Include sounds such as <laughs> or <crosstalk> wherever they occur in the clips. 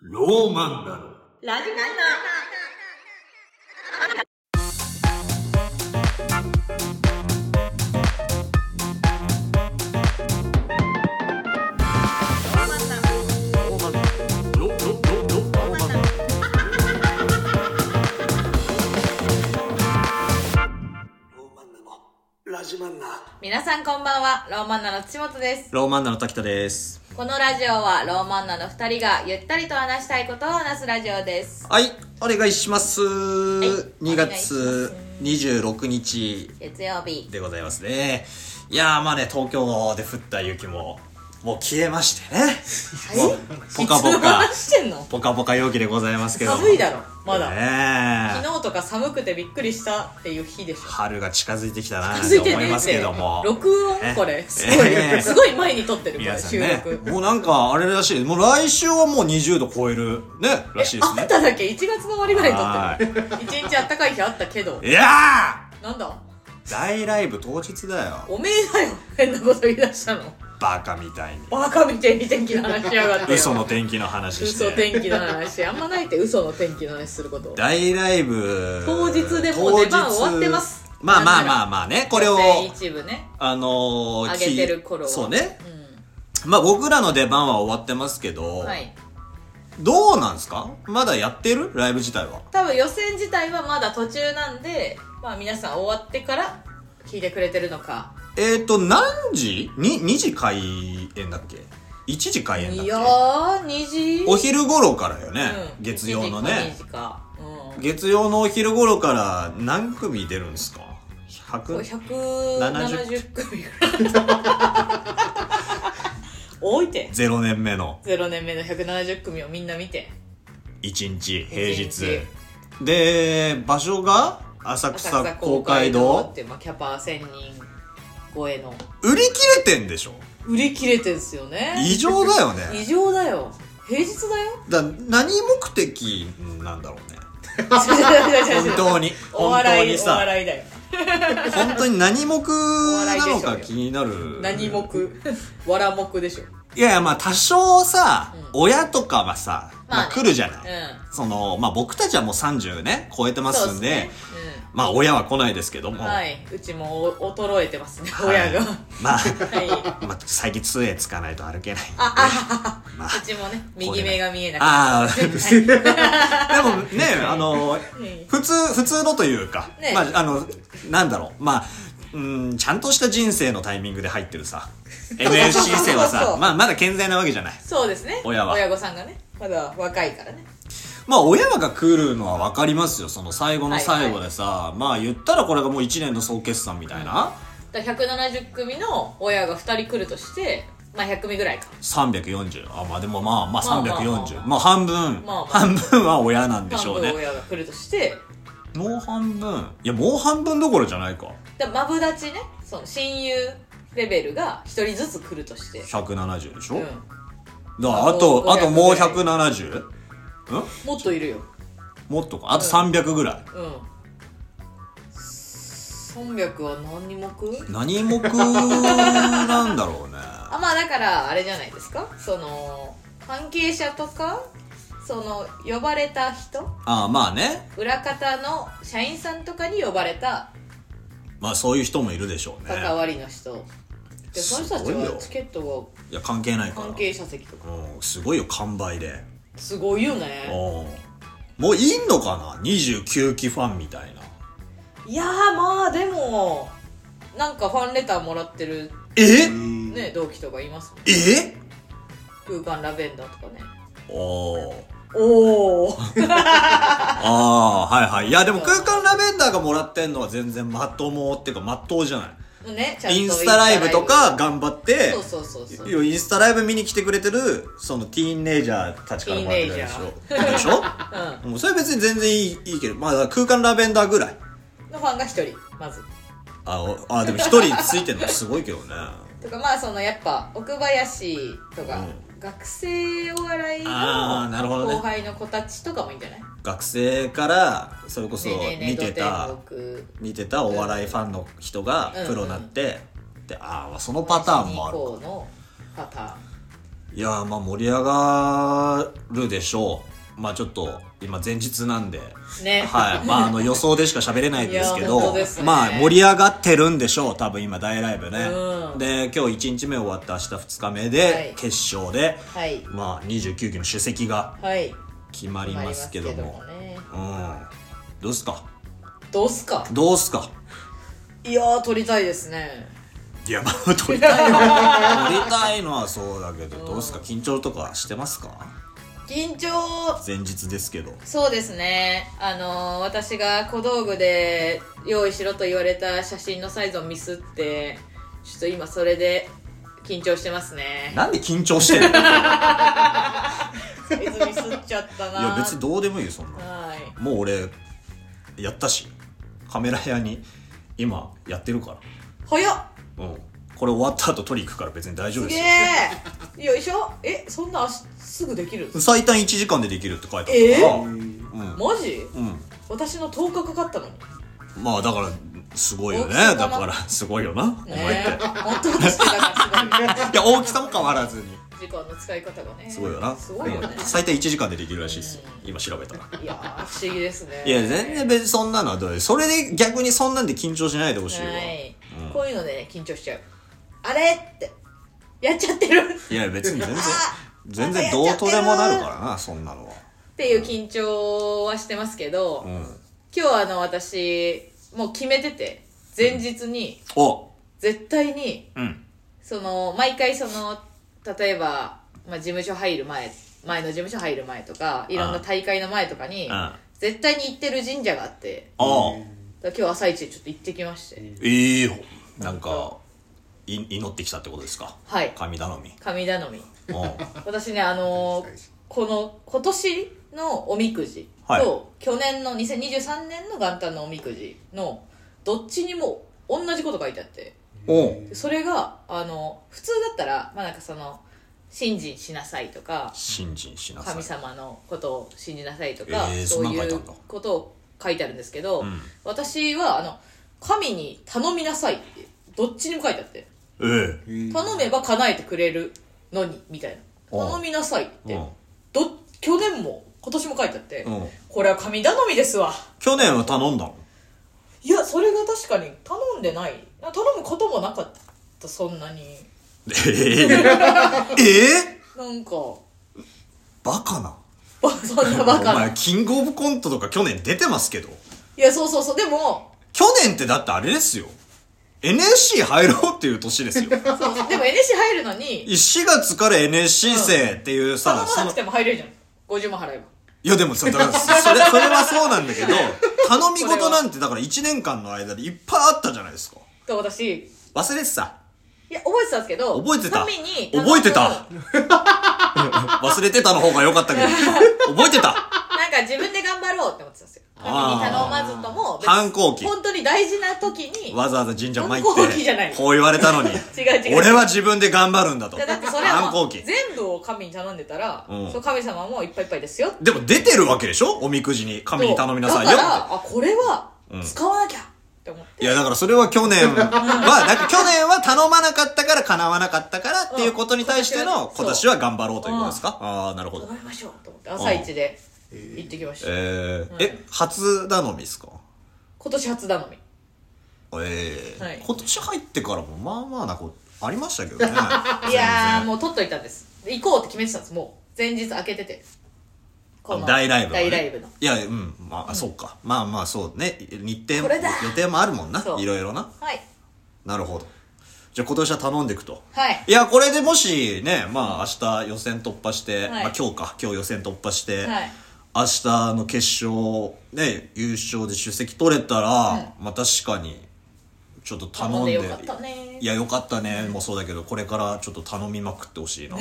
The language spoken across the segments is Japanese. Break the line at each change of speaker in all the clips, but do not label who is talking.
ローマンだろ
ラジカンの
ローマンナ
ロロロロローマンだ
のラジマンナ
皆さんこんばんは、ローマンナの土本です。
ローマンナの滝田です。
このラジオはローマンナの二人がゆったりと話したいことを話すラジオです。
はい、お願いします。
い
2月26日
月曜日。
でございますね。いやー、まあね、東京で降った雪も、もう消えましてね。もうポカポ
いつの
カ、
話してんの
ポカポカ陽気でございますけども。
寒いだろ、まだ。
ねえ。
昨日とか寒くてびっくりしたっていう日でしょ。
春が近づいてきたな
近
と
づいて
思い
ね
ま
っ
すけ
て
ども。
録音
ね
これすごい、
ええ
すごい前に撮ってるこ
皆
れ
さん
収
ね
録、
もうなんかあれらしい。もう来週はもう20度超える、ね、らしいです
あ
ね
っ。ただけ1月の終わりぐらいに撮ってる一日あったかい日あったけど
いや
なんだ
ー大ライブ当日だよ。
おめえだよ変なこと言い出したの
バカみたいに
バカみたいに天気の話しやがってよ
嘘の天気の話して
嘘天気の話あんまないって嘘の天気の話すること
大ライブ
当日でもう出番
当日
終わってます
まあま
な
あ
んなら
まあまあねこれを
全一部ね
あのー、
上げてる頃は
そうね
う
まあ僕らの出番は終わってますけど、
んはい
どうなんですかまだやってるライブ自体は
多分予選自体はまだ途中なんでまあ皆さん終わってから聞いてくれてるのか
えっ、ー、と何時に2時開演だっけ1時開演だっ
い
け
やー2時
お昼頃からよね、
うん
月曜の
1
ね
時か2時かうん
月曜のお昼頃から何組出るんですか
これ
100
170組ぐらい多いて
0年目の
0年目の170組をみんな見て
一日平
一
日で場所が浅草公会
っ
堂
ていう、まあ、キャパ1000人超えの
売り切れてんでしょ
売り切れてんすよね
異常だよ
異 <laughs>
ね
常だよ平日だよ
だ何目的なんだろ
<laughs>
うね <laughs> 本
本
当に本
お
当
笑
に
いお
さ
笑いだよ
本当に何目なの
お笑い
か
でし
気になる
何 <laughs> 目わら目でしょ
いやいやまあ多少さ
うん
親とかはさま
まあね
あ来るじゃな
う
い
ん
そのまあ僕たちはもう30ね超えてま
そう
す
っ
ん
すね
でまあ親は来ないですけど
うん
も
は
はい
いうちもお衰えてますね親がは
まあ
い
まあ最近杖つかないと歩けない
ああ
まあ
うちもね右目が見えなくな
ああ、で <laughs> もね、あの、
い
普通、普通のというか、
ね
まあ、あの、なんだろう、まあ、うん、ちゃんとした人生のタイミングで入ってる
<laughs>
さ、NSC 生は
そうそうそ
さ
う、
まあ、まだ健在なわけじゃない。
そうですね
親は
親御さんがねまだ若いからね
まあ、親が来るのはわかりますよ、その最後の最後でさ、まあ、言ったらこれがもう1年の総決算みたいな、
だから170組の親が2人来るとしてまあ100組ぐらいか
340。あ、まあ、でもまあ、まあ
まあまあまあ
340。まあ、半分、
まあまあ
半分は親なんでし
半
ょう
分
ね。
親が来るとして
もう半分。いや、もう半分どころじゃないか。
だマブダチねその親友レベルが1人ずつ来るとして、
170でしょ、
うん、
だから
あ
あ
と
と、あともう
500
170? ん
もっといるよ
もっとか。あと300ぐらい。
うん300は何にも食う
何目なんだろうね。 <laughs>
あまあだからあれじゃないですかその関係者とかその呼ばれた人
ああ、まあね。
裏方の社員さんとかに呼ばれた
まあそういう人もいるでしょうね。
関わりの人、でその人たち
すごいよ
はチケット
いや、関係ない
が
から。
関係者席とか
うん、すごいよ、完売で。
すごいよ
うん
ね。
もういんのかな ?29 期ファンみたいな。
いやーまあでもなんかファンレターもらってる
え
ね同期とかいますもん
え
空間ラベンダーとかね
おー。
おお
ああ、はいはい。いや、でも空間ラベンダーがもらってんのは全然まともっていうか、まっとうじゃない。
ねちゃんと
インスタライブとか頑張って
そうそうそうそう
インスタライブ見に来てくれてるそのティーンネイジャーたちからもらってるでしょでしょ
う
もうそれは別に全然いいいいけど、まあ、空間ラベンダーぐらい
んのファンが一人まず
あおあでも一人ついてるのすごいけどね
とかまあそのやっぱ奥林とか、
う
学生お笑い
あーなるほ
の
どね
後輩の子たちとかもいいんじゃない、
学生からそれこそ
ねえねえねえ
見てた
土天国
見てたお笑いファンの人が
うん
プロになって、でああそのパターンもある
こうのパターン
いやーまあ盛り上がるでしょうまあちょっと今前日なんで
ね
はい。まあ、
<laughs>
あの、予想でしか喋れないですけ
いや本
ど、
当ですね
まあ、盛り上がってるんでしょう。多分今、大ライブね。
うん
で、今日1日目終わって明日2日目
はい
で、決勝で、
はい
まあ、29期の主席が
はい
決まりますけども。
ね
うん。どうっすか
どうっすか
どうっすか
いやー取りたいですね
いや、まあ、撮りたいの <laughs> は、撮りたいのはそうだけど、どうっすか緊張とかしてますか
緊張
前日ですけど。
そうですねあのー私が小道具で用意しろと言われた写真のサイズをミスってちょっと今それで緊張してますね
なんで緊張してるの <laughs> い
サイズミスっちゃったな
や、別にどうでもいいよ、そんな。
はい
もう俺やったしカメラ屋に今やってるか
早っ
らうんこれ終わった後取り行くから別に大丈夫
す
で
げ
すよ
えよいしょえそんな足すぐできる
最短1時間でできるって書いてあったから、うん
マジ
うん
私の10日かかったのに
まあだからすごいよね
大きさ
だ
が
からすごいよな、お前
ね
っ
え
て
本当私だからす
いや大きさも変わらずに
ごい時間の使い方がね
すごいよな
すごいよね
うん最短1時間でできるらしいですよ今調べたら
いやー不思議ですね
いや全然別にそんなのはどうでそれで逆にそんなんで緊張しないでほしいわ、
はい、こういうのでね緊張しちゃうあれってやっちゃってる
いや別に全然
あ
全然どうとでもなるからなそんなのは
っていう緊張はしてますけど、
うん
今日あの私もう決めてて前日に
お
絶対に
うん
その毎回その例えば、まあ、事務所入る前前の事務所入る前とかいろんな大会の前とかに
うん
絶対に行ってる神社があって
ああ、
だから今日朝一でちょっと行ってきまして
ええよなんかい祈ってきたってことですか
はい
神頼み
神頼み
うん
私ねあのーこの今年のおみくじと、
はい
去年の2023年の元旦のおみくじのどっちにも同じこと書いてあって
おう
それがあの普通だったらまあなんかその信心しなさいとか
信心しなさい
神様のことを信じなさいとか、
えー
そう
そんなん書い
い
てあ
う
るんだ
ことを書いてあるんですけど、
ん
私はあの神に頼みなさいってどっちにも書いてあって
ええ
頼めば叶えてくれるのにみたいな
うん
頼みなさいって
うん
ど去年も今年も書いてあって、
うん
これは神頼みですわ
去年は頼んだの
いやそれが確かに頼んでないな頼むこともなかったそんなに <laughs>
ええええ
なんか <laughs>
バカな
ばそんなバカ
お
な
前キングオブコントとか去年出てますけど
いやそうそうそうでも
去年ってだってあれですよ NSC 入ろうっていう年
<laughs>
ですよ
そうそうでも NC 入るのに
4月から NSC 生っていうさ、
<laughs> 頼
そ
まな
の
くても入れるじゃん50万払えば
いやでもさ、だから、そ
<laughs>
それ、それはそうなんだけど、頼み事なんてだから1年間の間でいっぱいあったじゃないですか。
と私い
忘れてた。
や覚えてたんですけど
覚えてた。
神に頼む
覚えてた。 <laughs> 忘れてたの方が良かったけど。覚えてた。
なんか自分で頑張ろうって思ってたんですよ神に頼まずとも別に
反抗期
本当に大事な時に
わざわざ神社参っ
反抗期じゃない
て、こう言われたのに、
<laughs> 違う違う
俺は自分で頑張るんだと。
いやだってそれは
反抗期。
全部を神に頼んでたら、
うん
その神様もいっぱいいっぱいですよ
でも出てるわけでしょおみくじに。神に頼みなさいよっ
だ
て。
からあこれは使わなきゃって思って、
いや、だからそれは去
<laughs>
年は、だから去年は頼まなかったから叶わなかったからっていうことに対しての、
うん
今年は頑張ろうということですかああ、なるほど
頼。みましょうと思って朝一で行ってきました、
えー、え、初頼みですか
今年初頼み
ええ
はい
今年入ってからもまあまあなことありましたけどね。
<laughs> いやーもう取っといたんですで行こうって決めてたんですもう前日開けててこの
大ライブのね、
大ライブの
いや、うん、まあ、そうか。まあまあ、そうね。日程も、
これだ
予定もあるもんな
そ。う
いろいろな。
はい
なるほど。じゃあ今年は頼んでいくと。
はい
いや、これでもしね、まあ明日予選突破して、
はい
まあ今日か、今日予選突破して、
はい
明日の決勝、ね、優勝で出席取れたら、まあ確かに、ちょっと頼んで、
頼んでよかったね
いや、よかったね、もそうだけど、これからちょっと頼みまくってほしいな。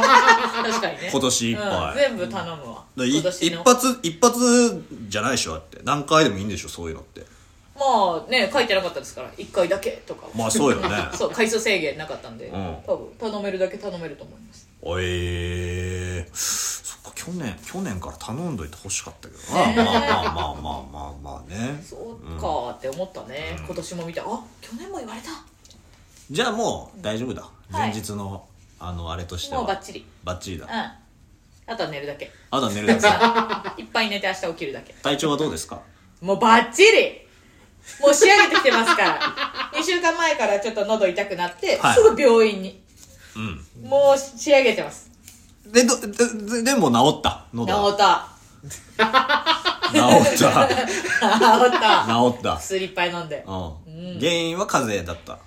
確かにね
今年いっぱい
うん全部頼むわ
い
今年
一
の
発、一発じゃないでしょ、だって。何回でもいいんでしょ、そういうのって。
まあね書いてなかったですから1回だけとか
まあそうよね。
<laughs> そう回数制限なかったんで、
ん
多分頼めるだけ頼めると思います
おえー、そっか去年去年から頼んどいてほしかったけど
ね
な、
え
まあまあまあまあまあまあね
そうかーって思ったね、今年も見てあ去年も言われた
じゃあもう大丈夫だ、
はい
前日のあのあれとしては
もうバッチリ
バッチリ
う
だ
んあとは寝るだけ
あとは寝るだけ
<laughs> いっぱい寝て明日起きるだけ
体調はどうですか
もうバッチリもう仕上げてきてますから2週間前からちょっと喉痛くなって、
はい
すぐ病院に
うん
もう仕上げてます
でどでででも治った
治
喉は
った
治った治
<laughs> 治った
った
薬いっぱい飲んで
うん原因は風邪だった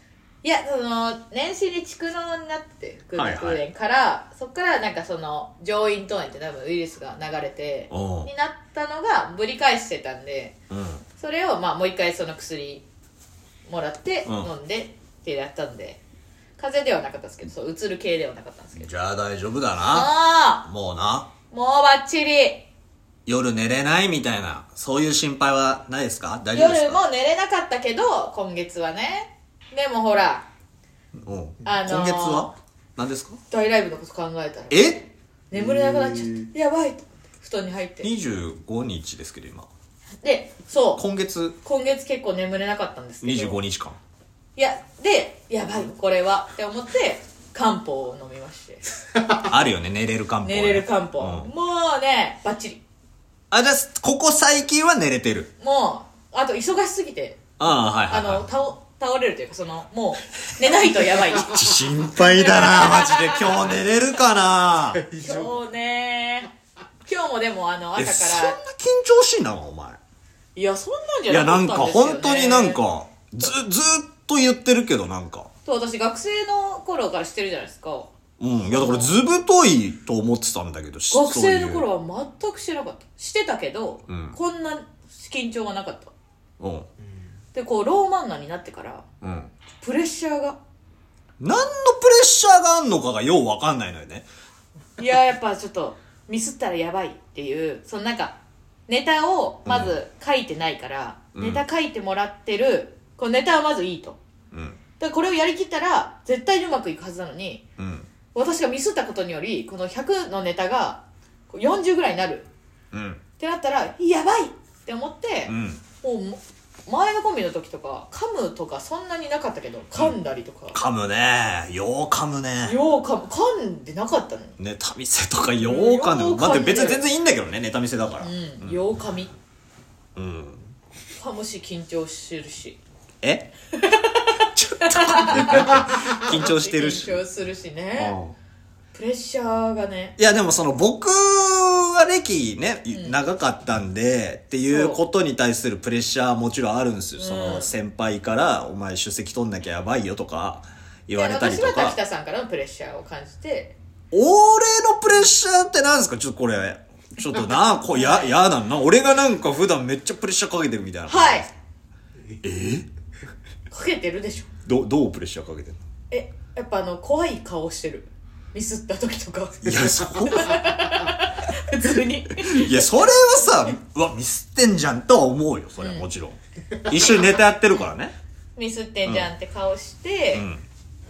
いやその年始に蓄膿になってくる
はいはい
空炎から、そっからなんかその上咽頭炎って多分ウイルスが流れて
おう
になったのがぶり返してたんで
うん
それをまあもう一回その薬もらって
うん
飲んでってやったんで、風邪ではなかったですけどそううつる系ではなかったんですけど
じゃあ大丈夫だな
あ
もうな
あもうバッチリ
夜寝れないみたいなそういう心配はないですか大丈夫です
夜
か
も寝れなかったけど今月はねでもほら
うん
あのー
今月は何ですか
大ライブのこと考えたら
え
眠れなくなっちゃってやばいと布団に入って
25日ですけど今
でそう
今月
今月結構眠れなかったんですけど
25日間
いやでやばいこれはって思って漢方を飲みまして
あるよね寝れる漢方ね
寝れる漢方、
うん
もうねバッチリ
あじゃあここ最近は寝れてる
もうあと忙しすぎて
ああはいは
あ
い、はい、
の倒倒れるというかそのもう寝ないとや
<laughs>
ばい
心配だ
<laughs>
なマジで今日寝れるかな
今日ね今日もでもあの
え
朝
そん
か
な
ら
緊張しいなのお前
いやそんなんじ
い
ゃ
や
な
な
か
んか
ったんですよ、ね、
本当になんかずずーっと言ってるけどなんか
そう私学生の頃からしてるじゃないですか
うんいやだからずぶといと思ってたんだけどし
学
そう
生
い
の
う
頃は全くしてなかったしてたけど、
うん
こんな緊張がなかった
うん
でこうローマンナになってから
うん
プレッシャーが
何のプレッシャーがあんのかがようわかんないのよね
いややっぱちょっとミスったらやばいっていうそのなんかネタをまず書いてないから、
うん
ネタ書いてもらってるこのネタはまずいいと
うん
だからこれをやりきったら絶対にうまくいくはずなのに
うん
私がミスったことによりこの100のネタがこう40ぐらいになる
うん
ってなったらやばいって思って、
うん
もう前のコンビの時とか噛むとかそんなになかったけど噛んだりとか、
噛むねよう噛むね
よう噛む噛んでなかったのに
ネタ見せとかよう噛
よ
む
う噛んで
まあでも別に全然いいんだけどねネタ見せだから
うん、よう噛み
うん
噛むし緊張してるし
え <laughs> ちょっと <laughs> 緊張してるし
緊張するしね、
うん
プレッシャーがね
いやでもその僕は歴ね、長かったんでっていうことに対するプレッシャーはもちろんあるんですよ、その先輩から「お前出席取んなきゃやばいよ」とか言われたり
私
と
は
か
滝田さんからのプレッシャーを感じて
俺のプレッシャーってなんですかちょっとこれちょっとなこうややだな俺がなんか普段めっちゃプレッシャーかけてるみたいな
はい
え
かけてるでしょ
どどうプレッシャーかけてるの
えやっぱあの怖い顔してるミスった時とか
いやそ
普通に
いやそれはさうわミスってんじゃんとは思うよそれはもちろん、一緒にネタやってるからね
ミスってんじゃんって顔して、
うん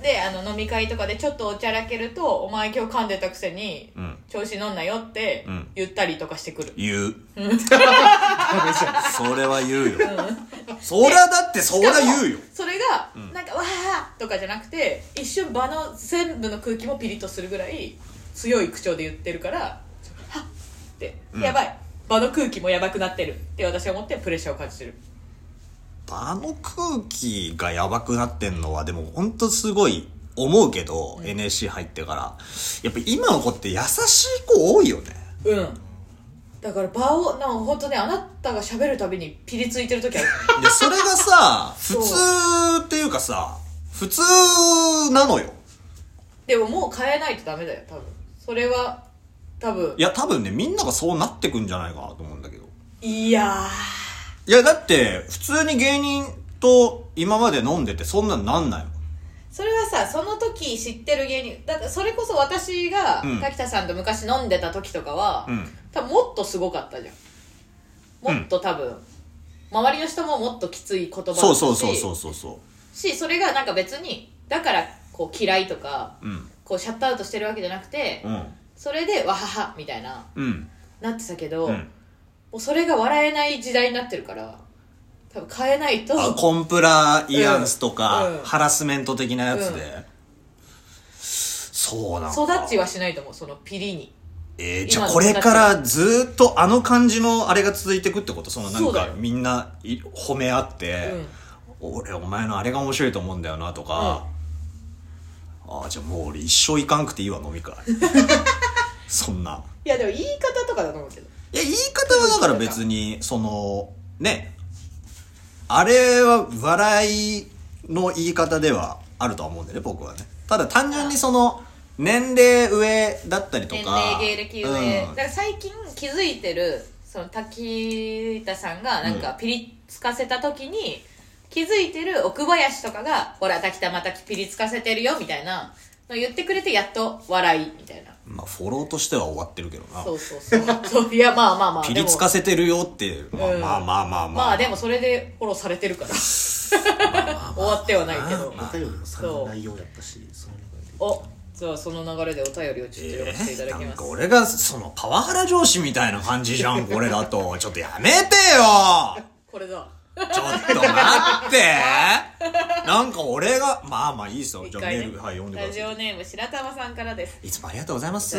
であの飲み会とかでちょっとおちゃらけると「お前今日噛んでたくせに
うん
調子乗んなよ」って
うん
言ったりとかしてくる、 <laughs>
言う。それは言うよ。そりゃだってそりゃ言うよ。
それが、なんか「わあ!」とかじゃなくて一瞬場の全部の空気もピリッとするぐらい強い口調で言ってるから「はっ!」って、
うん
やばい場の空気もやばくなってるって私は思ってプレッシャーを感じてる
あの空気がやばくなってんのは、でもほんとすごい思うけど、NSC 入ってから。やっぱ今の子って優しい子多いよね。
うんだから場をなんか本当ねあなたが喋るたびにピリついてる時ある
で、それがさ、普
<laughs> そう
通っていうかさ、普通なのよ。
でももう変えないとダメだよ多分それは多分
いや、多分ね、みんながそうなってくんじゃないかなと思うんだけど。
いや
いや、だって、普通に芸人と今まで飲んでてそんなんなんないもん。
それはさその時知ってる芸人だってそれこそ私が
うん
滝田さんと昔飲んでた時とかは、
うん
多分もっとすごかったじゃんもっと多分、周りの人ももっときつい言葉だったし
そうそうそうそうそうそ
しそれがなんか別にだからこう嫌いとか
う。うん。
こうシャットアウトしてるわけじゃなくて、
うん。
それでわははみたいな
うん。
なってたけど、
う
も
ん。
うそれが笑えない時代になってるから多分変えないと
あ、コンプライアンスとか、
うんうん
ハラスメント的なやつで。そそうなんだ
育ちはしないと思うそのピリに
えー、じゃあ
今の
これからずーっとあの感じのあれが続いてくってことそのな
そ
ん
うだよ
かみんない褒め合って、俺お前のあれが面白いと思うんだよなとか、ああじゃあもう俺一生行かんくていいわ飲
<laughs>
み会そんない
やでも言い方とかだと思うけど
いや言い方はだから別にそのねあれは笑いの言い方ではあるとは思うんだよね僕はねただ単純にその年齢上だったりと
年
か
齢芸歴上、
うん
だから最近気づいてるその滝田さんがなんかピリつかせた時に気づいてる奥林とかが「ほら滝田またピリつかせてるよ」みたいなの言ってくれてやっと笑いみたいな
まあ、フォローとしては終わってるけどな。
そうそうそう <laughs> そういやまあまあまあ
ピリつかせてるよって、まあ
うん
まあまあまあま
でもま
あ
あでもそれでフォローされてるから終わってはないけど
お便りもそ
そう
の内容やったしその
おじゃあその流れでお便りをちょっと読
え
ませていただ
ー
き
な
ま
んか
す、
俺がそのパワハラ上司みたいな感じじゃん、これだと。ちょっとやめてよ
これだ
ちょっと待ってなんか俺が、まあまあいいですよ。じゃあメール、はい、読んでく
ラ
だ
ジ
さ
オネーム白玉さんからです
い。いつもありがとうございます。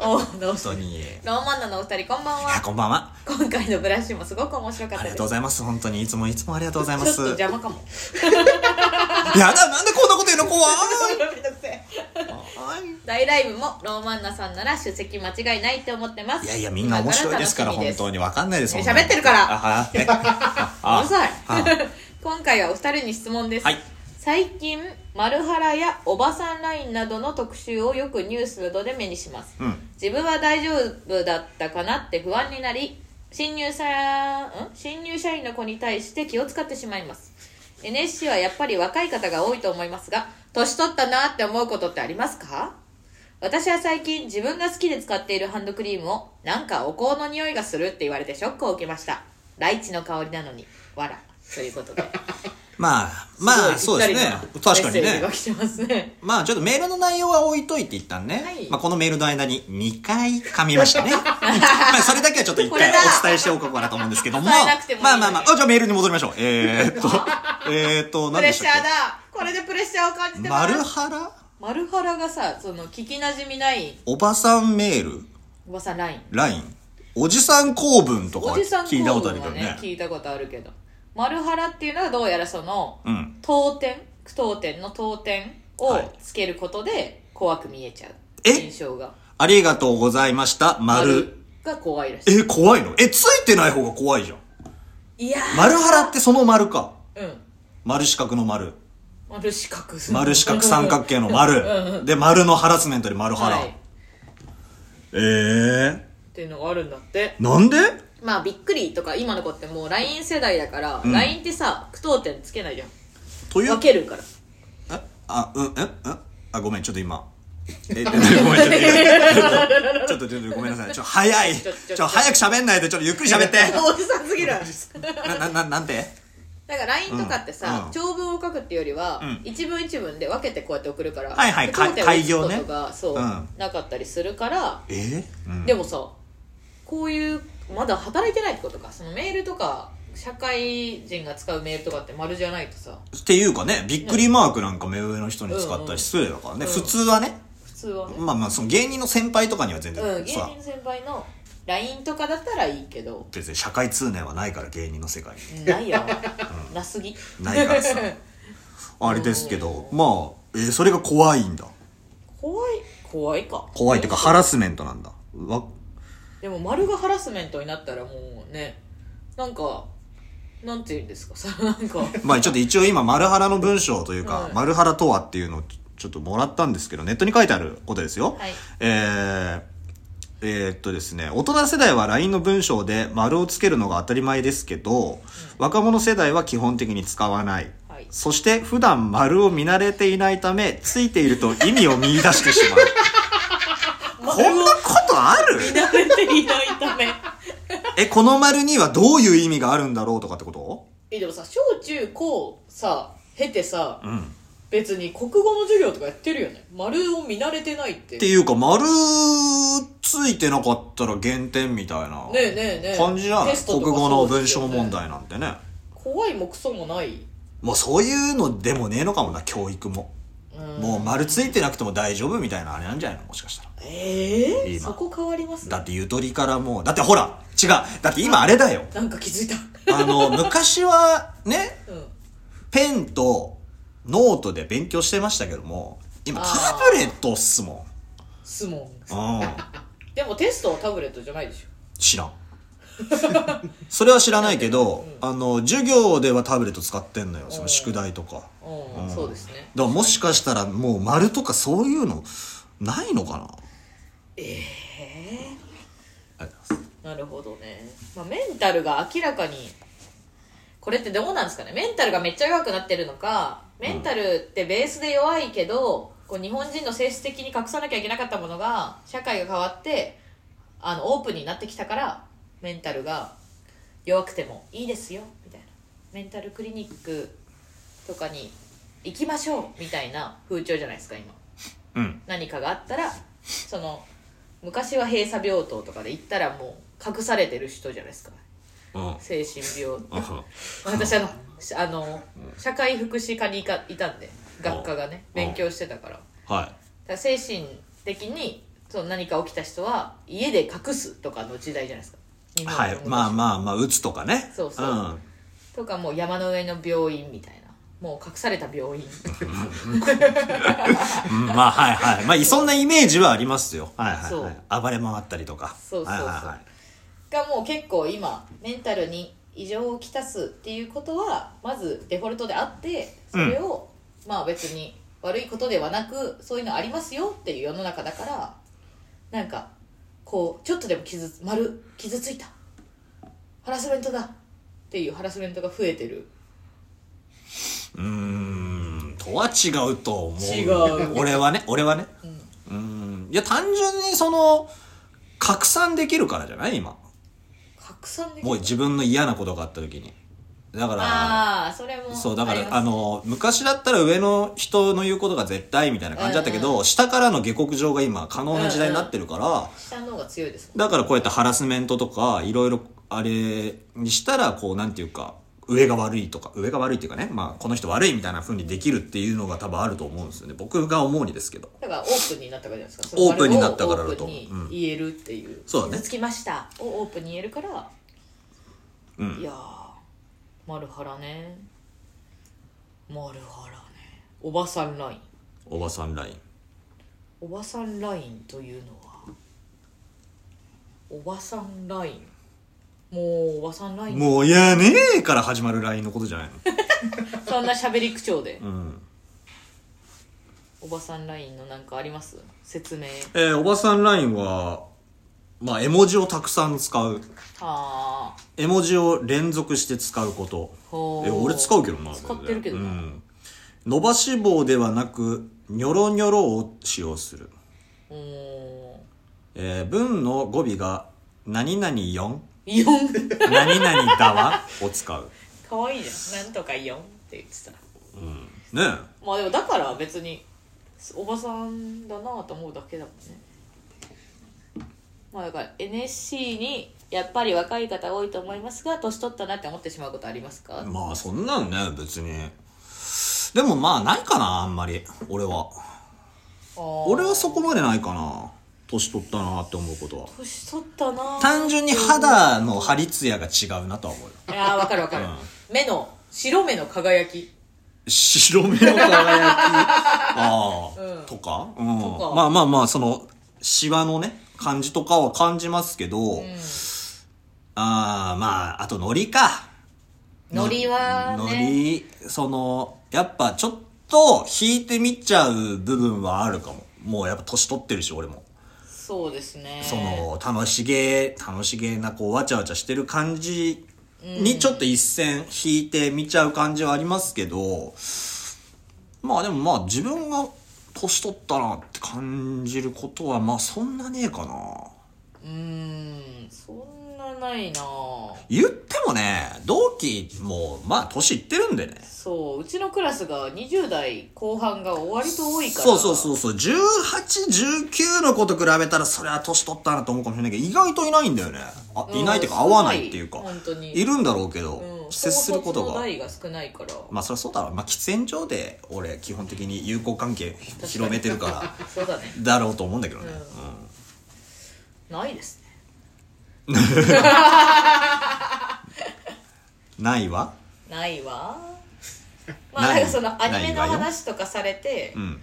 お
本
どうし
当に。い
ローマンナのお二人こんばん
や、
は
こんばんは。
今回のブラッシュもすごく面白かっ
あ
<laughs> た
りが
です
とうございます。本当に。いつもいつもありがとうございま
ちょっ
す。
と
やだ、
邪魔かも
なんでこんなこと言うの
<laughs>
怖い。
めんどくせえ大ライブもローマンナさんなら出席間違いないって思ってます
いやいや、みんな面白いですから、本当
に
に。わかんないです、
いや
そんなの
喋ってるから
あはいう
る <laughs>
あ
さい
あ
今回はお二人に質問です、
はい
最近マルハラやおばさんラインなどの特集をよくニュースなどで目にします、
うん。
自分は大丈夫だったかなって不安になり新入社ん新入社員の子に対して気を使ってしまいます NSC はやっぱり若い方が多いと思いますが年取ったなって思うことってありますか私は最近自分が好きで使っているハンドクリームをなんかお香の匂いがするって言われてショックを受けましたライチの香りなのにわらということで
まあ、まあ、
すご
そう
い
で
ぴ
すね確
ったりな。
かに
メッセージ
ね
が。来てますね
まあ、ちょっとメールの内容は置いといて一旦ね。
はい
まあ、このメールの間に2回噛みま
<laughs>
したね。まあ、それだけはちょっと一
これ
回
だ
お伝えしておこうかなと思うんですけども。
伝えなくてもいい
まあまあまあ、あじゃあメールに戻りましょう。えー、っと、
<laughs>
えー、っと、
プ
何
レッ
でし
シ
た
ャ
っ
ーだこれでプレッシャーを感じ
け
てま
マ
す
ルハラ
マルハラがさその聞きなじみない
おばさんメール
おばさんライン
?LINE? おじさん公文とか
おじさん
聞いたことある
公
けど
文は
ね。
聞いたことあるけどマルハラっていうのはどうやらその
うん。
当店句当店の当店を
はい
つけることで怖く見えちゃう
え
印象が
ありがとうございました、丸。
が怖いらし
え、怖いのえ、ついてない方が怖いじゃん。
いいやー
丸原ってその丸か。
うん
丸四角の丸。
丸四角
丸四角三角形の
うんう
丸。で、丸のハラスメントで丸
は
原。
いっ
えー。
ていうのがあるんだって
なんで
まあびっくりとか今の子ってもう LINE 世代だから、
ん
LINE ってさ句当店つけないじゃん
という
分けるから
えあ、うん、え、えあ、ごめん、ちょっと今。
<laughs>
え、ごめん、ちょっと <laughs> 今ちょっと、ちょっとごめんなさい。ちょ、早い。
ちょちょ
ちょ、早く喋んないで、ちょっとゆっくり喋
<laughs>
って。
おじさんすぎる
な、な、な、なんて
だから LINE とかってさ、
うん
長文を書くっていうよりは、
うん
一文一文で分けてこうやって送るから、
はいはい
で当店を打つこと
開業ね
がそう、
うん
なかったりするから、
えうん
でもさこういうまだ働いてないってことかそのメールとか社会人が使うメールとかって丸じゃないとさ
っていうかね、びっくりマークなんか目上の人に使ったら失礼だからね。
うん
普通はね。
普通はね、
まあまあ、その芸人の先輩とかには全然
うん、芸
さ
人、先輩の LINE とかだったらいいけど
別に社会通念はないから芸人の世界に。
ないよ、なすぎ
ないから <laughs> さあれですけどまあ、えーそれが怖いんだ
怖い怖いか
怖いっていうかハラスメントなんだわ
でも丸がハラスメントになったらもうねなんかなんて言うんですかさなんか
まあちょっと一応今丸原の文章というか、
はい
丸原とはっていうのをちょちょっともらったんですけどネットに書いてあることですよ、
はい
えーえーっとですね、大人世代は LINE の文章で丸をつけるのが当たり前ですけど、若者世代は基本的に使わない、
はい
そして普段丸を見慣れていないためついていると意味を見出してしまう
<laughs>
こんなことある
慣れていないため
え、この丸にはどういう意味があるんだろうとかってこと
えでもさ小中高さ経てさ
うん。っ
別に国語の授業とかやってるよね丸を見慣れてないって
て
ね
いうか、丸ついてなかったら減点みたいな
えねえねえ
感じじゃない、
テストと
国
か
語の
そう
文
ですよ
章
ね
問題なんてね。
怖いもクソもない
もうそういうのでもねえのかもな、教育も。もう丸ついてなくても大丈夫みたいなあれなんじゃないのもしかしたら
ええ
今
そこ変わります
だってゆとりからもうだってほら違うだって今あれだよ
なんか気づいた
あの <laughs> 昔はね
うん
ペンとノートで勉強してましたけども今タブレットっすも
相撲
んうん
でもテストはタブレットじゃないでしょ
知らんそれは知らないけど、あの授業ではタブレット使ってんのよその宿題とかだか
うん、そうですね
らもしかしたらもう丸とかそういうのないのかなええありがとうございます
なるほどね、まあ、メンタルが明らかにこれってどうなんですかねメンタルがめっちゃ弱くなってるのかメンタルってベースで弱いけど、こう日本人の性質的に隠さなきゃいけなかったものが社会が変わってあのオープンになってきたからメンタルが弱くてもいいですよみたいなメンタルクリニックとかに行きましょうみたいな風潮じゃないですか今
うん
何かがあったらその昔は閉鎖病棟とかで行ったらもう隠されてる人じゃないですか
うん
精神病
あは
私あのしあの社会福祉科にいかいたんで学科がね
うん
勉強してたからだか
は
ら精神的にその何か起きた人は家で隠すとかの時代じゃないですか日
い、
本
は
の
い
昔、
まあまあまあ打つとかね
そうそうとかもう山の上の病院みたいなもう隠された病院
うん、うんまあはいはいまあそんなイメージはありますよはいはい、
そ
はい、暴れ回ったりとか
そうそうそう
はいはいはい
がもう結構今メンタルに異常をきたすっていうことはまずデフォルトであってそれを、まあ別に悪いことではなくそういうのありますよっていう世の中だからなんかこうちょっとでも傷つ丸傷ついたハラスメントだっていうハラスメントが増えてる
うーんとは違うと思う
違う
俺はね俺はねうんんいや単純にその拡散できるからじゃない今
拡散できる
もう自分の嫌なことがあった時にだから
ああそれも
そうだからあ
あります
の昔だったら上の人の言うことが絶対みたいな感じだったけど、下からの下克上が今可能な時代になってるから、
下の方が強いですもん
だからこうやってハラスメントとかいろいろあれにしたらこうなんていうか上が悪いとか上が悪いっていうかね、まあ、この人悪いみたいな風にできるっていうのが多分あると思うんですよね僕が思うにですけど
だからオープンになったからじゃないですか
オープンになったからだと
その丸をオープンに言えるっていう
そうだね
傷つきましたをオープンに言えるから、
うん
いやー丸原ね丸原ねおばさんライン
おばさんライン
おばさんラインというのはおばさんラインもうおばさんライン
もうやねえから始まるラインのことじゃない
<laughs> そんな喋り口調で、
の、うん
おばさんラインのなんかあります説明
えーおばさんラインはまあ絵文字をたくさん使う
はあ
絵文字を連続して使うこと
ほう
え俺使うけどな
使ってるけど
う
な、
ん、伸ばし棒ではなくニョロニョロを使用する
うーん
えー文の語尾が「何々よん」
4
「 <laughs> 何々だわ」を使う
かわいいじゃんなんとか4って言ってたら
ね
まあでもだから別におばさんだなと思うだけだもんねまあだから NSC にやっぱり若い方多いと思いますが年取ったなって思ってしまうことありますか、
えまあそんなんね別にでもまあないかなあんまり俺は俺はそこまでないかな年取ったなって思うことは
年取ったな
単純に肌の張り艶が違うなとは思うよ
いやーわかるわかる、
うん
目の白目の輝き
白目の輝きああ、
うん
とか,、うん、
とか
まあまあまあそのシワのね感じとかは感じますけど、
うん
ああまああとノリか
ノリは
ノ
ね
リそのやっぱちょっと引いてみちゃう部分はあるかももうやっぱ年取ってるし俺も、
そうですね
その楽しげ楽しげなこうわちゃわちゃしてる感じにちょっと一線引いてみちゃう感じはありますけど、まあでもまあ自分が年取ったなって感じることはまあそんなねえかな
うーんそんなないな
言ってもね同期もまあ年いってるんでね
そううちのクラスが20代後半が割と多いから
そうそうそうそう1819の子と比べたらそれは年取ったなと思うかもしれないけど意外といないんだよねあ
うん
いないっていうか合わないっていうか
少ない本当に
いるんだろうけど、
うんうん
接すること
高卒の
が
代が少ないから
まあそりゃそうだろう、まあ、喫煙所で俺基本的に友好関係広めてるから
<laughs> そうだね
だろうと思うんだけどね、
うん
うん
ないですね
ないわ
ないわまあ
な
ないんかそのアニメの
ないわよ
話とかされて
うん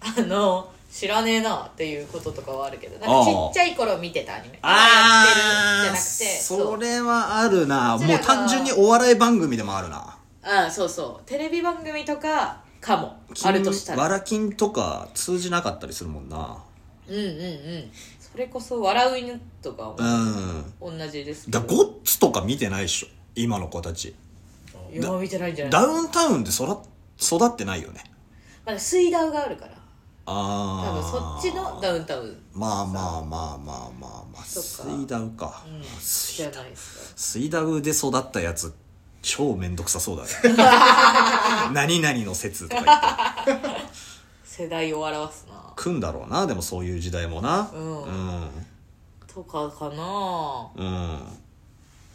あの知らねえなっていうこととかはあるけどなん
ああ
かちっちゃい頃見てたアニメ
あ
やってるじゃ
あ
なくて
そ
そう
れはあるな
こち
も
ら
う
が
単純にお笑い番組でもあるな
ああそうそうテレビ番組とかかもあるとしたら
わら金とか通じなかったりするもんな
うんうんうんそれこそ「笑う犬」とか
う
も
ん
同じですけ
だ
ど
ゴッツとか見てないでしょ今の子たち
今見てないんじゃない
ダウンタウンで育っ育ってないよね
まだ水ダウがあるから多
あ
分
あ
そっちのダウンタウン
まあまあまあまあまあまあ
そっか
水ダウか、
じゃないですか
水ダウで育ったやつ超めんどくさそうだね何々の説とか言って
世代を表すな
くんだろうなでもそういう時代もな
うん
うん、
とかかな
うん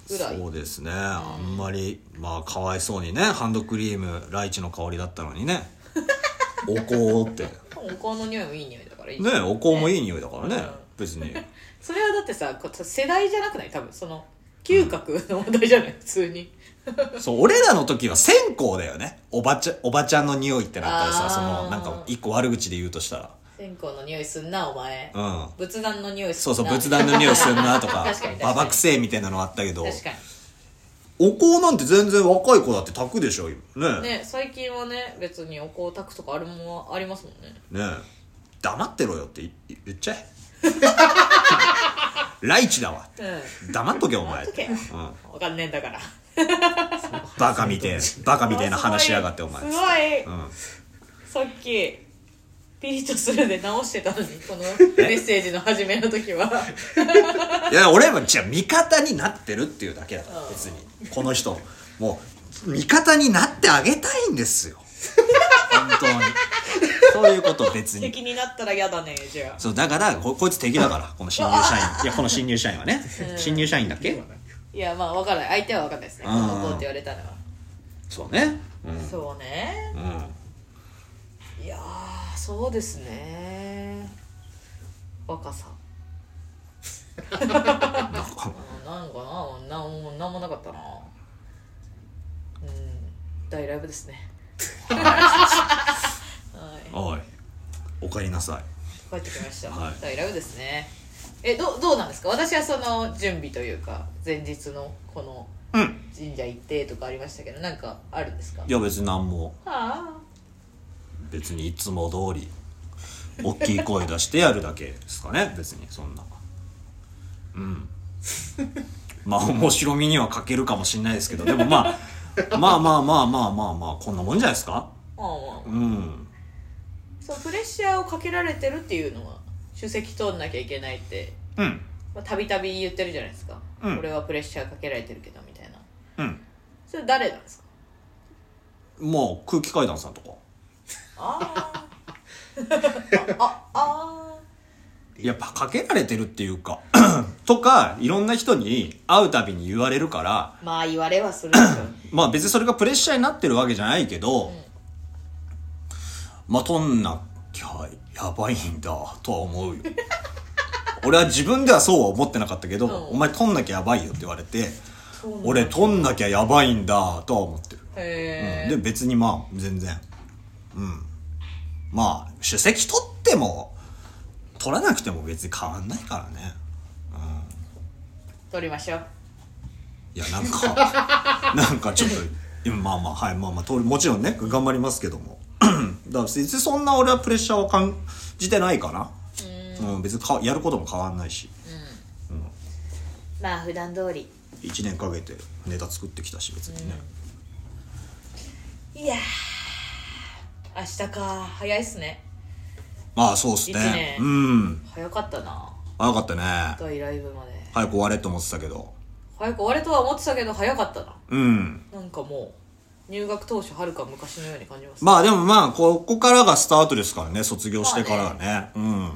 ぐらい
そうですねあんまりまあかわいそうにねハンドクリームライチの香りだったのにねお香って
お香の匂いもいい匂いだからいいじゃん
ねお香もいい匂いだからね
うん
別に
それはだってさこ世代じゃなくない多分その嗅覚の問題じゃない普通に
そう俺らの時は線香だよねおばちゃんおばちゃんの匂いってなったらさ
あー
そのなんか一個悪口で言うとした
線香の匂いすんなお前
らうん
仏壇の匂いす
そ
ん
う
な
そう仏壇の匂いするなとか
<laughs> 確かに確か
バ
に
バくせえみたいなのあったけど
確か
お香なんて全然若い子だって炊くでしょ今
にね最近はね別にお香炊くとかあるもんありますもんね
ねえ黙ってろよっていい言っちゃえ <laughs> ライチだわ
う
黙っとけお前
黙っとけ
うん
んわかんねえんだから
バカみてえバカみてえな話しやがってお前
すごい
うん
さっきピリッとするで直してたのにこのメッセージの始めの時は
いや俺はじゃあ味方になってるっていうだけだから
うん
別にこの人もう味方になってあげたいんですよ本当にそういうこと別に
敵になったら嫌だねじゃあ
そうだからここいつ敵だからこの新入社員いやこの新入社員はね新入社員だっけ
いやまあわからない相手はわかんないですね
う
こ
ん
の子って言われたら
そうねうん
そうね
うん
いやーそうですね若さ
なんか
うんなんかななんもなんもなかったなうん大ライブですねはい
おいおかえりなさい
帰ってきました、
はい
大ライブですねえどどうなんですか私はその準備というか前日のこの
うん
神社行ってとかありましたけどなんかあるんですか
いや別に何も
あ
別にいつも通り大きい声出してやるだけですかね別にそんなうん <laughs> まあ面白みには欠けるかもしれないですけどでもまあまあまあまあまあまあまあこんなもんじゃないですか
あまあまあ
うん
そうプレッシャーをかけられてるっていうのは首席通んなきゃいけないって
うん
まあたびたび言ってるじゃないですか、
うん
俺はプレッシャーかけられてるけどみたいな
うん
それ誰なんですか
まあ空気階段さんとか
あーああ
やっぱかけられてるっていうか <clears throat> とかいろんな人に会うたびに言われるから
あーまあ言われはするでしょ
まあ別にそれがプレッシャーになってるわけじゃないけど、まあ取んなきゃやばいんだとは思う
<laughs>
よ俺は自分ではそうは思ってなかったけど、
うん
お前取んなきゃやばいよって言われて
そうなんだ
俺取んなきゃやばいんだとは思ってる、
へえ、
うん、で別にまあ全然うんまあ首席取っても取らなくても別に変わんないからね
取りましょう
いやなんか <laughs> なんかちょっと今まあまあはいまあまあ通りもちろんね頑張りますけども <clears throat> だから別にそんな俺はプレッシャーを感じてないかなうん、別にかやることも変わんないし
まあ普段通り
1年かけてネタ作ってきたし別にね、
いやー明日か早いっすね
まあそうっすね
一年
うん
早かったな
早かったね
大ライブまで
早く終われと思ってたけど
早く終われとは思ってたけど早かったな
うん
なんかもう入学当初はるか昔のように感じます
まあでもまあここからがスタートですからね卒業してからはね,、うん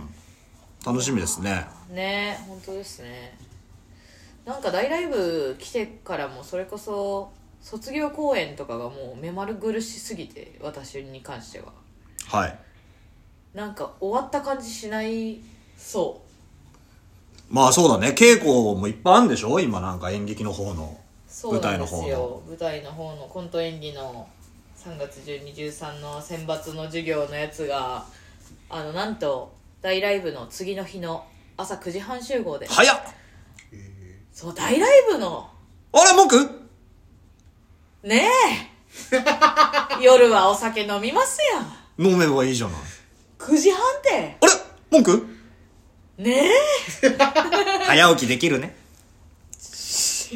楽しみですね
ねえ本当ですねなんか大ライブ来てからもそれこそ卒業公演とかがもう目まぐるしすぎて私に関しては
はい
なんか終わった感じしないそう
まあそうだね稽古もいっぱいあるんでしょ今なんか演劇の方の
そうなんです
舞台の方
よ舞台の方のコント演技の3月1213の選抜の授業のやつがあのなんと大ライブの次の日の朝9時半集合で
早っ
そう大ライブの
あら文句 <laughs>
ねえ夜はお酒飲みますやん
飲めばいいじゃない
9時半って
あれ文句
ね
<laughs> 早起きできるね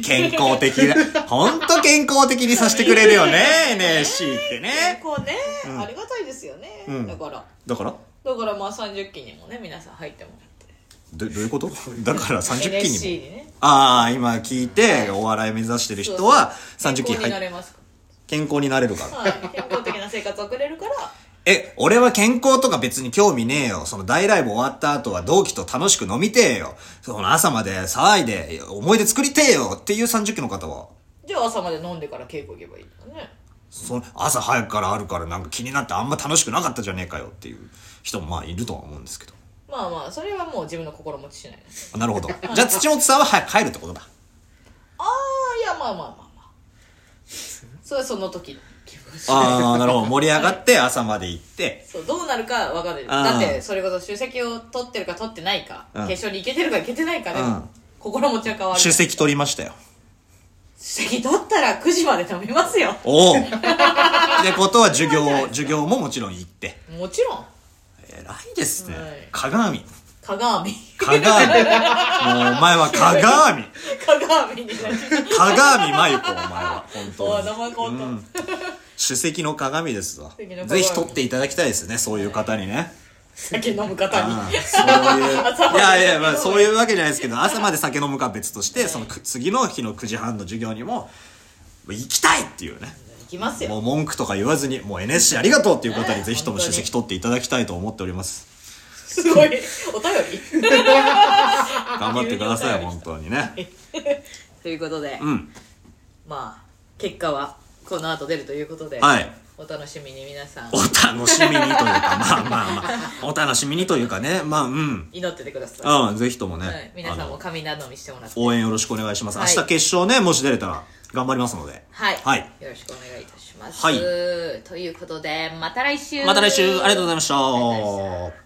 健康的なほんと健康的にさせてくれるよね NSC って
え
ね
こうね、
うん
ありがたいですよね、
うん
だから
だから
だからまあ30期にもね皆さん入ってもらって
どどういうことだから30期
NSC
にも
にね
ああ今聞いてお笑い目指してる人は
そう
30
そ
期
う健康にな
入っ
れますか
健康になれるから
ら、はい、健康的な生活を送れるから
え、俺は健康とか別に興味ねえよ。その大ライブ終わった後は同期と楽しく飲みてえよ。その朝まで騒いで思い出作りてえよっていう30期の方は。
じゃあ朝まで飲んでから稽古行けばいいんだね
その朝早くからあるからなんか気になってあんま楽しくなかったじゃねえかよっていう人もまあいるとは思うんですけど。
まあまあそれはもう自分の心持ちしないです
なる <laughs> ほど。じゃあ土本さんは早く帰るってことだ。
ああいやまあまあまあ
<laughs>
まあそれはその時の気分
あ <laughs> あ、なるほど。盛り上がって朝まで行って。
そうどうなるか分かんない
あー
だってそれこそ集積を取ってるか取ってないか、
うん
決勝に行けてるか行けてないかで、
うん
心持ちは変わる
<laughs> 出席取りましたよ。
首席取ったら9時まで飲みますよ
おお。ってことは授業、授業ももちろん行って。
もちろん
偉いですね
はい。
鏡。
鏡
鏡。もうお前は鏡。
<laughs> 鏡になり
鏡真由子、お前は。本
お
当
い生コン
に。
ト、
うん主席の鏡ですわ
首席の。鏡
ぜひ撮っていただきたいですね、そういう方にね。
酒飲む方
<laughs> う
に
んそういう。
朝ま
い
で
やいや、まあそういうわけじゃないですけど、朝まで酒飲むかは別として、そのく次の日の9時半の授業にも、行きたいっていうね。
行きます
も
よ
う文句とか言わずに、もう NSC ありがとうっていう方にぜひとも主席取っていただきたいと思っております。
すごいお便り
頑張ってください、本当にね。
<laughs> ということで、
うん。
まあ結果はこの後出るということで、
はい。
お楽しみに皆さん
お楽しみにというか、まあまあまあ、お楽しみにというかね、まあうん。
祈っててください、
ああ、ぜひともね、
はい、皆さんも
あの
神頼みしてもらって
応援よろしくお願いします。
はい
明日決勝ね、もし出れたら頑張りますので。
はい、
はい。
よろしくお願いいたします、
はい
ということでまた来週
また来週、ありがとうございました。
ありがとうございました